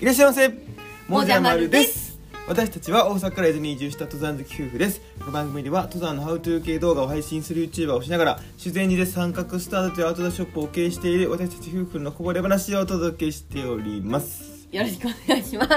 いらっしゃいませもじゃまるです私たちは大阪から伊豆に移住した登山好き夫婦ですこの番組では登山のハウトゥー系動画を配信する YouTuber をしながら自然にで三角スタートというアウトドアショップを経営している私たち夫婦のこぼれ話をお届けしておりますよろしくお願いします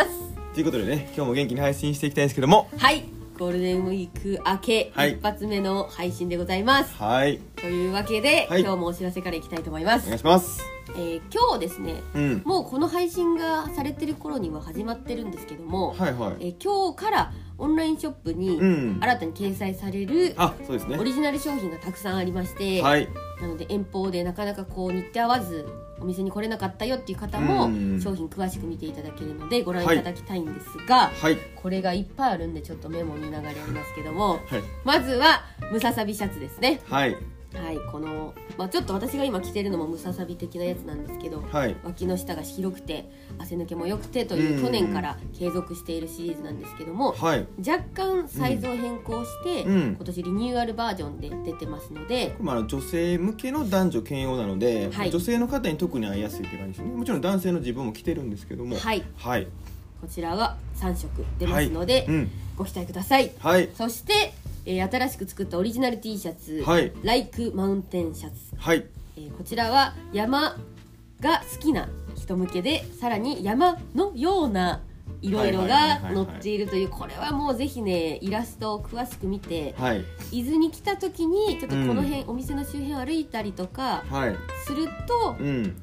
ということでね今日も元気に配信していきたいんですけどもはいゴールデンウィーク明け、はい一発目の配信でございますはいというわけで、はい今日もお知らせからいきたいと思いまおす、願いしますえー今日ですねうんもうこの配信がされてる頃には始まってるんですけども、はいはいえー今日からオンラインショップにうん新たに掲載される、あそうですねオリジナル商品がたくさんありまして、はいなので遠方でなかなかこう日程合わずお店に来れなかったよっていう方もうん商品詳しく見ていただけるのでご覧いただきたいんですが、はいこれがいっぱいあるんでちょっとメモに流れありますけどもはいまずはムササビシャツですねはいはいこの、まあ、ちょっと私が今着てるのもムササビ的なやつなんですけどはい脇の下が広くて汗抜けも良くてといううん去年から継続しているシリーズなんですけどもはい若干サイズを変更して、うん今年リニューアルバージョンで出てますので、まあ、女性向けの男女兼用なので、はい女性の方に特に合いやすいって感じですねもちろん男性の自分も着てるんですけどもはいはいこちらが3色出ますので、うんご期待くださいはいそして、えー新しく作ったオリジナル T シャツはいライクマウンテンシャツ」はいえーこちらは山が好きな人向けでさらに山のような色々はいはいがはいはい載っているというこれはもうぜひねイラストを詳しく見てはい伊豆に来た時にちょっとこの辺、お店の周辺を歩いたりとかはいするとうん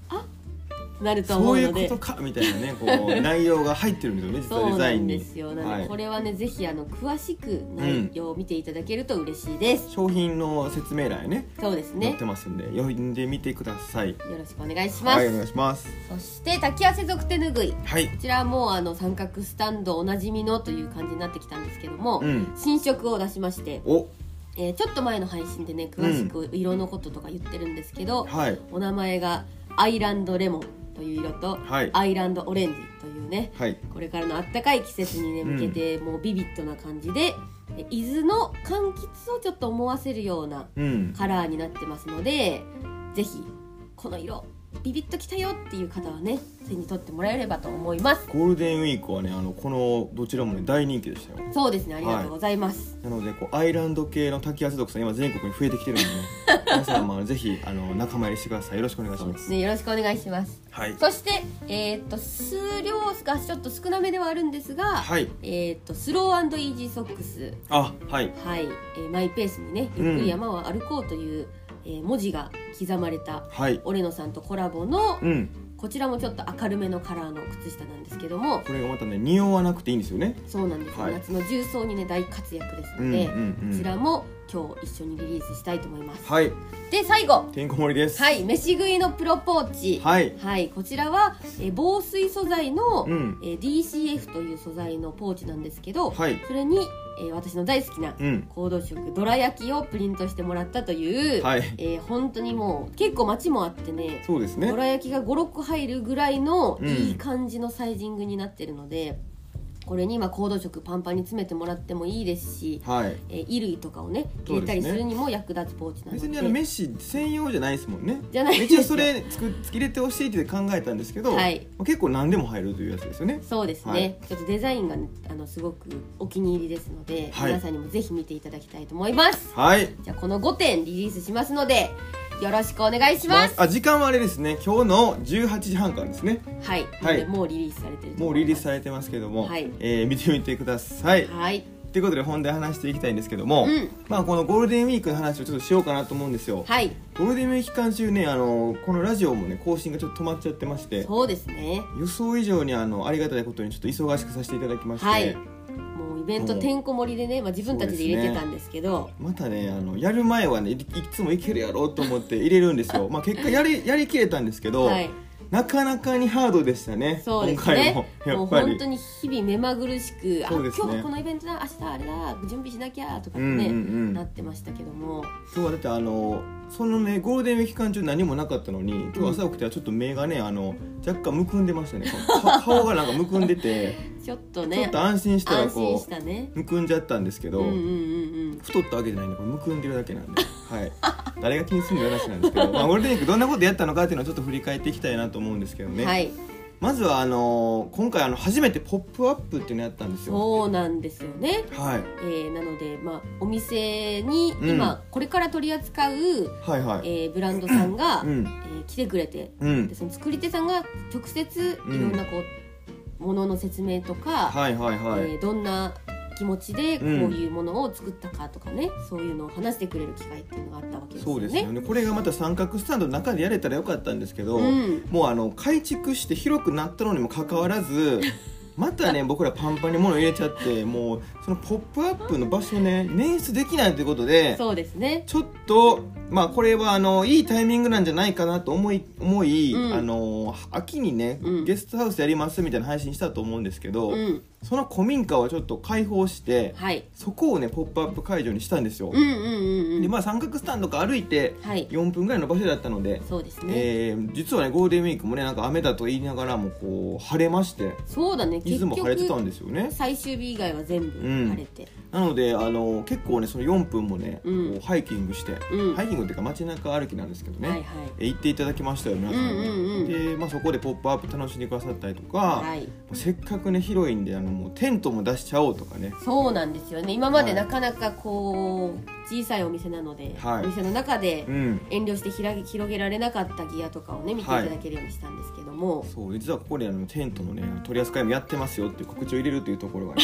なると思そうういのうこでとかみたいなねこ う内容が入ってるんですよね実はそうデザなイんンにですよなので、こはい、れはねぜひあの詳しく内容を見ていただけると嬉しいです、商品の説明欄にねそうです載ねってますんで読んでみてくださいよろしくお願いします、はいお願いしますそして滝汗属手ぬぐいはいこちらはもうあの三角スタンドおなじみのという感じになってきたんですけども、うん新色を出しまして、おえーちょっと前の配信でね詳しく色のこととか言ってるんですけど、はいお名前がアイランドレモンという色と、はいアイランドオレンジというねはいこれからのあったかい季節にね向けて、もうビビッドな感じでえ伊豆の柑橘をちょっと思わせるようなうんカラーになってますのでぜひこの色ビビッときたよっていう方はね手に取ってもらえればと思いますゴールデンウィークはねあのこのどちらもね大人気でしたよそうですねありがとうございます、なのでこうアイランド系の滝汗族さん今全国に増えてきてるんで、ね、皆 さんもあのぜひあの仲間入りしてくださいよろしくお願いしそうまですすねよろしくお願いしますはいそしてえーっと数量がちょっと少なめではあるんですが、はいえーっとスローイージーソックスあはいはい、えーマイペースにねゆっくり山を歩こうという、えー文字が刻まれたはいオレノさんとコラボのうんこちらもちょっと明るめのカラーの靴下なんですけどもこれがまたね匂わなくていいんですよねそうなんですよ、はい夏の重曹にね大活躍ですうのんうで、こちんらも今日一緒にリリースしたいと思います、うんはいで最後てんこ盛りですはい飯食いのプロポーチははいい、こちらはえ防水素材の、うんえー DCF という素材のポーチなんですけど、はいそれに、えー私の大好きなうん行動食どら焼きをプリントしてもらったという、はいえー本当にもう結構街もあってねそうですねどら焼きが56個入るぐらいのうんいい感じのサイジングになってるので、これに今行動食パンパンに詰めてもらってもいいですし、はいえー衣類とかをねそうですね入れたりするにも役立つポーチなので別にあのメッシ専用じゃないですもんねじゃないめでっすちゃよそれ作 入れてほしいって考えたんですけど、はいまあ結構何でも入るというやつですよねそうですね、はいちょっとデザインがね、あのすごくお気に入りですので、はい皆さんにもぜひ見ていただきたいと思いますはいじゃあこの5点リリースしますのでよろしくお願いしますあ時間はあれですね今日の18時半からですねはい、はいなのでもうリリースされてるともう思いリリーまスすされてますけども、はいえー見てみてください。はいということで本題話していきたいんですけども、うんまあ、このゴールデンウィークの話をちょっとしようかなと思うんですよ。はいゴールデンウィーク期間中ねあのこのラジオもね更新がちょっと止まっちゃってましてそうですね予想以上にあのありがたいことにちょっと忙しくさせていただきまして、はいもうイベントもうてんこ盛りでね、まあ、自分たちで入れてたんですけどまたねあのやる前はねいいつもいけるやろうと思って入れるんですよ。まあ、結果やりやりきれたんですけど、はいなかなかにハードでしたねそうです今回ねもやもうっぱ本り当。に日々目まぐるしく、あそう今ですね日はこのイベントだ明日あれだ準備しなきゃとかってうんね、うんうんなってましたけども今日はだってあのそのねゴールデンウィーク期間中何もなかったのに今日朝起きたらちょっと目がねあの若干むくんでま したねか顔がなんかむくんでてちょっちとょっねと安心したら安心こしたねうむくんじゃったんですけうど、んうんうんうん太ったわけじゃないんでこれむくんでるだけなんではい誰が 気にするのよ話なんですけど、まあ、ゴールデンウィークどんなことやったのかっていうのをちょっと振り返っていきたいなと思うんですけどね、はいまずはあのー今回あの初めて「ポップアップっていうのやったんですよそうなんですよね、はいえーなので、まあ、お店に今これから取り扱う、はいはいえーブランドさんが、うんえー来てくれてうんでその作り手さんが直接いろんなこう、ものの説明とか、はいはいはい、えーどんな気持ちでこううんいうものを作ったかとかね、そういうのを話してくれる機会っていうのがあったわけですそようですねよ。ねこれがまた三角スタンドの中でやれたらよかったんですけど、うんもうあの改築して広くなったのにもかかわら ずまたね僕らパンパンに物入れちゃってもうその「ポップアップの場所ね捻出できないということでそうですねちょっとまあこれはあのいいタイミングなんじゃないかなと思い思い、うんあの秋にね、うんゲストハウスやりますみたいな配信したと思うんですけど、うんその古民家をちょっと開放してはいそこをね「ポップアップ会場にしたんですよ。うんうんうんうんでまあ三角スタンドから歩いてはい4分ぐらいの場所だったので、そうですね、えー実はねゴールデンウィークもねなんか雨だと言いながらもこう晴れましてそうだねい結つも晴れてた局んですよね最終日以外は全部うん晴れて、なのであの結構ねその4分もね、うんこうハイキングして、うんハイキングっていうか街中歩きなんですけどね、はいはいえ行っていただきましたよ皆さんね、うんうんうんで、まあ、そこで「ポップアップ楽しんでくださったりとか、はいもうせっかくね広いんであのもうテントも出しちゃおうとかねそうなんですよね今まではいなかなかこう小さいお店なので、はいお店の中でうん遠慮してひらげ広げられなかったギアとかをね見ていただけるようにしたんですけども、そう実はここであのテントのね取り扱いもやってますよっていう告知を入れるというとこ ろがね、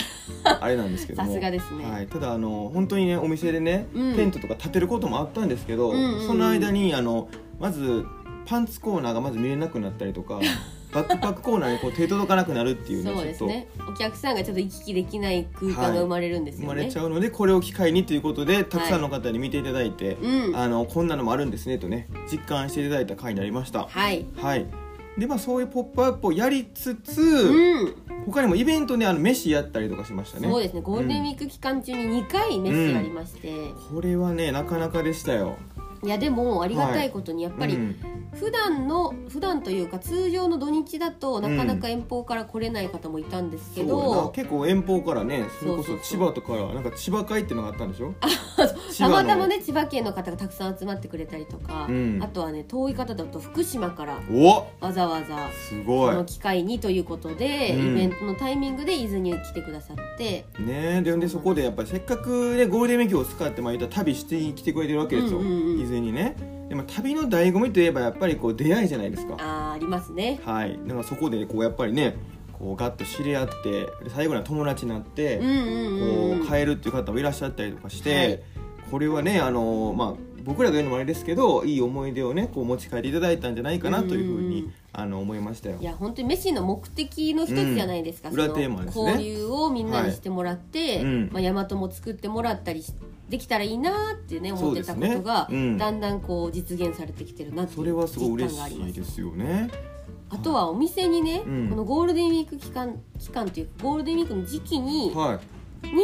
あれなんですけどもさすがですねはい、ただあの本当にねお店でね、うんテントとか立てることもあったんですけど、うんうんうんその間にあのまずパンツコーナーがまず見れなくなったりと かバックパックコーナーにこう手届かなくなるっていうそうですねお客さんがちょっと行き来できない空間が生まれるんでちょっと生すよまね、れちゃうのでこれを機会にということでたくさんの方に見ていただいて、うんあのこんなのもあるんですねとね実感していただいた回になりました。はいはいでまあ、そういう「ポップアップをやりつつ、うん他にもイベントねあの飯やったりとかしましたねそうですねゴールデンウィーク期間中に2回メッセありまして、これはねなかなかでしたよいやでもありがたいことにやっぱりうん普段の普段というか通常の土日だとなかなか遠方から来れない方もいたんですけそうやなど、結構遠方からねそれこそうそそう千そう葉とかなんか千葉会ってのがあったんでしょ千 た葉まのたまね千葉県の方がたくさん集まってくれたりとか、うんあとはね遠い方だと福島からおわざわざすこごのい機会にということで、うんイベントのタイミングで伊豆に来てくださって、ねででそこでやっぱりせっかくねゴールデンウィークを使ってまあ言ったら旅して来てくれてるわけですよ、うんうんうん以前にねでも旅の醍醐味といえばやっぱりこう出会いじゃないですかあーありますね。はいなんかそこでこうやっぱりねこうガッと知り合ってで最後には友達になって、うんうんうんこうんう変えるっていう方もいらっしゃったりとかして、はいこれはねあの、まあ、僕らが言うのもあれですけどいい思い出をねこう持ち帰っていただいたんじゃないかなというふううんうんうにんあの思いましたよい。や本当にメッシの目的の一つじゃないですか、うんその裏テーマですね交流をみんなにしてもらって、はいうんまあ、大和も作ってもらったりしできたらいいなってね思ってたことが、そうですねうんだんだんこう実現されてきてるなってそいれうはすごい実嬉感がありましいすですよね。あとはお店にね、うんこのゴールデンウィーク期間期間というかゴールデンウィークの時期に,、はい、に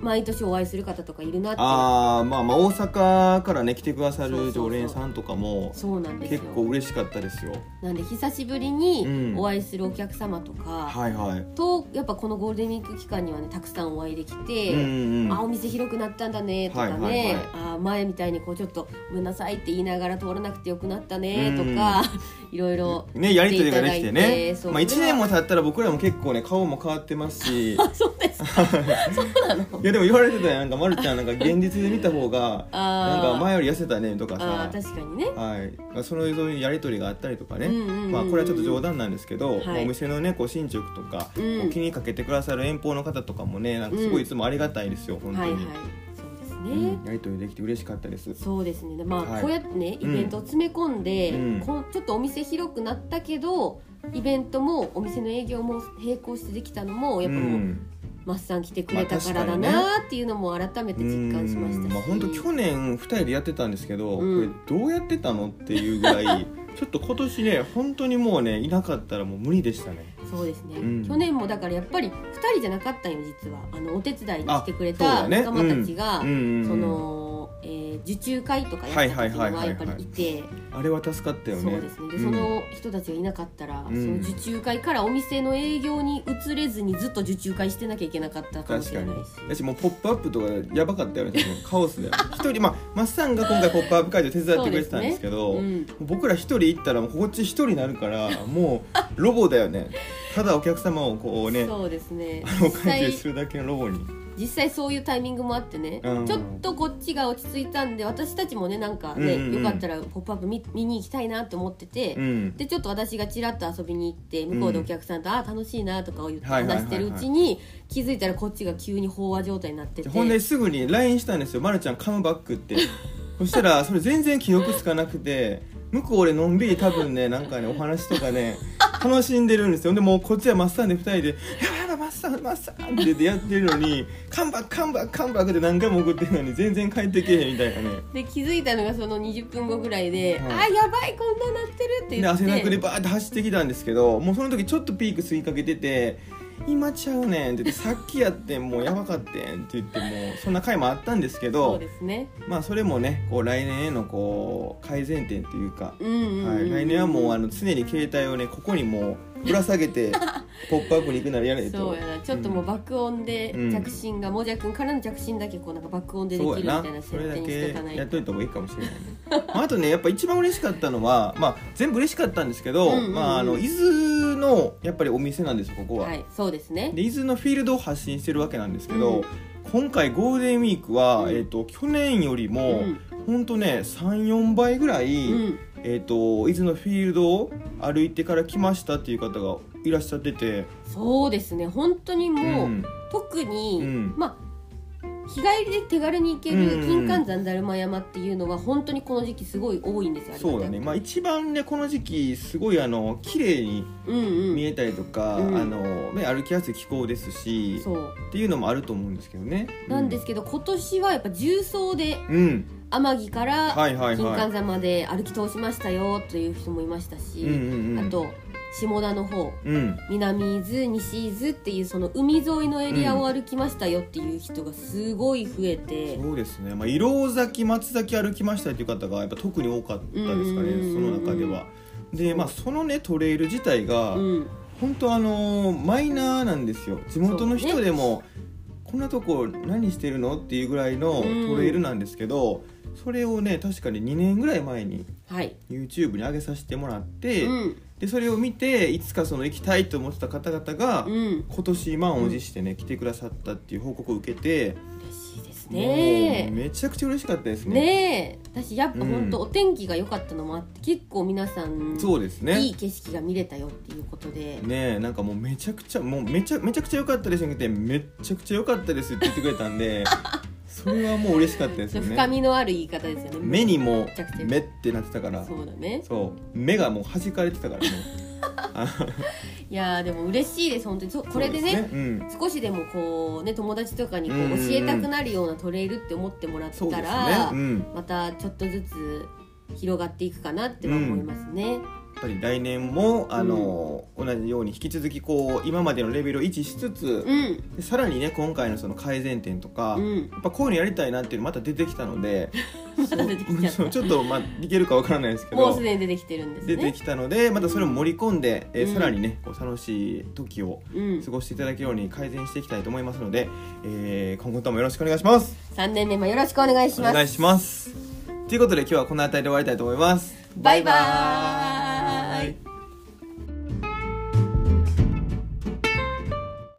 毎年お会いする方とかいるなっていうあーまあまあ大阪からね来てくださそうそうそるう常連さんとかもそうなんですよ結構嬉しかったですよ。なんで久しぶりうにんお会いするお客様とか、はいはい。とやっぱこのゴールデンウィーク期間にはねたくさんお会いできて。うんうんあお店広くなったんだねとかね、はいはいはいあ前みたいにこうちょっとごめんなさいって言いながら通らなくてよくなったねとか、 いろいろね、やり取りができて言っていただねいてそうまあ、1年も経ったら僕らも結構ね顔も変わってます しそうですかそうなのいやでも言われてたよなんかまるちゃんなんか現実で見た方があなーんか前より痩せたねとかあさー確かにねはいまあ、そのそういうやり取りがあったりとかね、うんうんうんうんまあ、これはちょっと冗談なんですけど、いまあお店のねこう進捗とか、うんこう気にかけてくださる遠方の方とかもねなんかすごいいつもありがたいですよ、本当はいに、はいそうですね、うんやり取りできて嬉しかったですそうですねでまあ、はいこうやってねイベントを詰め込んで、うんこんちょっとお店広くなったけどイベントもお店の営業も並行してできたのもやっぱもう、うんマッサン来てくれたからだまあなーっていうのも改めて実感しましたうし、んまあ、本当去年2人でやってたんですけど、うんこれどうやってたのっていうぐら いちょっと今年ね本当にもうねいなかったらもう無理でしたねそうですね、うん去年もだからやっぱり2人じゃなかったんよ実はあのお手伝いに来てくれあたそうだね仲間たちが、うんうんうんうんそのえー受注会とかやった時にはやっぱりいてあれは助かったよねそうですねでんその人たちがいなかったら、うんその受注会からお店の営業に移れずにずっと受注会してなきゃいけなかったかもし確かれなにいしだしもう「ポップアップとかやばかったよね多分カオス で一人まあマッサンが今回「ポップアップ会場手伝ってくれてたんですけどうん、僕ら一人行ったらもうこっち一人になるから もうロボだよねただお客様をこうねそうですねあの実解際決するだけのロボに実際そういうタイミングもあってね、うんちょっとこっちが落ち着いたんで私たちもねなんかね、うんうんうんよかったら「ポップアップ見見に行きたいなって思ってて、うんでちょっと私がちらっと遊びに行って向こうでお客さんと「ああ楽しいな」とかを言ってはいはいはい話してるうちに気づいたらこっちが急に飽和状態になっててほんですぐに LINE したんですよ「ま、るちゃんカムバック」って そしたらそれ全然記憶つかなくて向こう俺のんびり多分ねなんかねお話とかね楽しんでるんですよでもうこっちはマッサンで2人で「やばいやばいマッサンマッサン」って言ってやってるのに「カムバックカムバックカムバック」って何回も送ってるのに全然帰ってけえへんみたいなねで気づいたのがその20分後ぐらいで「はいあやばいこんななってる」っでて言っ汗だてくでバーって走ってきたんですけどもうその時ちょっとピーク吸いかけてて「今ちゃうねん」って言って「さっきやってんもうやばかってん」って言ってもうそんな回もあったんですけそどうですねまあそれもねこう来年へのこう改善点というか、うんうんうん、はい、来年はもうあの常に携帯をねここにもうぶら下げ て「ポップアップに行くならやれとそうやなちょっともう爆音でうん着信が、もじゃくんからの着信だけこうなんか爆音でできそるうみやたないな設それだ定にしとかなけいやっといた方がいいかもしれないね、まあ、あとねやっぱ一番嬉しかったのは、まあ、全部嬉しかったんですけど、うんうんうんまあ、あの伊豆のやっぱりお店なんですよここは、はいそうですねで伊豆のフィールドを発信してるわけなんですけど、うん今回ゴールデンウィークは、うんえっと去年よりうも、ん、ほんとね34倍ぐらい、うん、えー、と伊豆のフィールドを歩いてから来ましたっていう方がいらっしゃっててそうですね本当にもう、ん特に、うんまあ日帰りで手軽に行けるうんうん金柑山だるま山っていうのは本当にこの時期すごい多いんですよあれそうだね、まあ、一番ねこの時期すごいあの綺麗にうん見うんえたりとか、うんあのね、歩きやすい気候ですしそうっていうのもあると思うんですけどね。なんですけど今年はやっぱ重曹でうん、天城かうん、らはいはい金は柑山まで歩き通しましたよという人もいましたい。し、うんうんうんあと下田の方うん、南伊豆西伊豆っていうその海沿いのエリアを歩きましたよっていう人がすごい増えて、そうですね、まあ、色崎松崎歩きましたっていう方がやっぱ特に多かったですかね、うんうんうんそうんの中では。でまあそのねトレイル自体が、うん本当あのーマイナーなんですよ地元のそう人ねでも、こんなとこ何してるのっていうぐらいのうんトレイルなんですけど、それをね確かに2年ぐらい前にはい、 YouTube に上げさせてもらって、うんでそれを見ていつかその行きたいと思ってた方々が、うん、今年満を持してね来てくださったっていう報告を受けて、嬉しいですもねうめちゃくちゃ嬉しかったですねねえ私やっぱ本当うんお天気が良かったのもあって結構皆さんそうですねいい景色が見れたよっていうことで、ねえなんかもうめちゃくちゃもうめちゃめちゃくちゃ良かったですよってめっちゃくちゃ良かったですって言ってくれたん でそれはもう嬉しかったですちょよっと深ねみのある言い方ですよね目にもめちゃくちゃ目ってなってたからそうだねそう目がもう弾かれてたからねいやーでも嬉しいです本当にそうこれでねそうすうん少しでもこうね友達とかにこうんうんううん教えたくなるようなトレイルって思ってもらっそうでたすねら、うんやまたちょっとずつ広がっていくかなっては思いますね。っぱり来年もあの、同じように引き続きこう今までのレベルを維持しつつ、うん、でさらにね今回のその改善点とか、うん、やっぱこういうのやりたいなっていうのまた出てきたので また出てきちゃっそうた。ちょっとまあいけるかわからないですけどもうすでに出てきてるんです出てね。きたのでまたそれも盛り込んで、えーうんさらにねこう楽しい時をうん過、ごしていただけるように改善していきたいと思いますので、えー今後ともよろしくお願いします三年目もよろしくお願いしおます。願いしますということで今日はこの辺りで終わりたいと思いますバイバーイ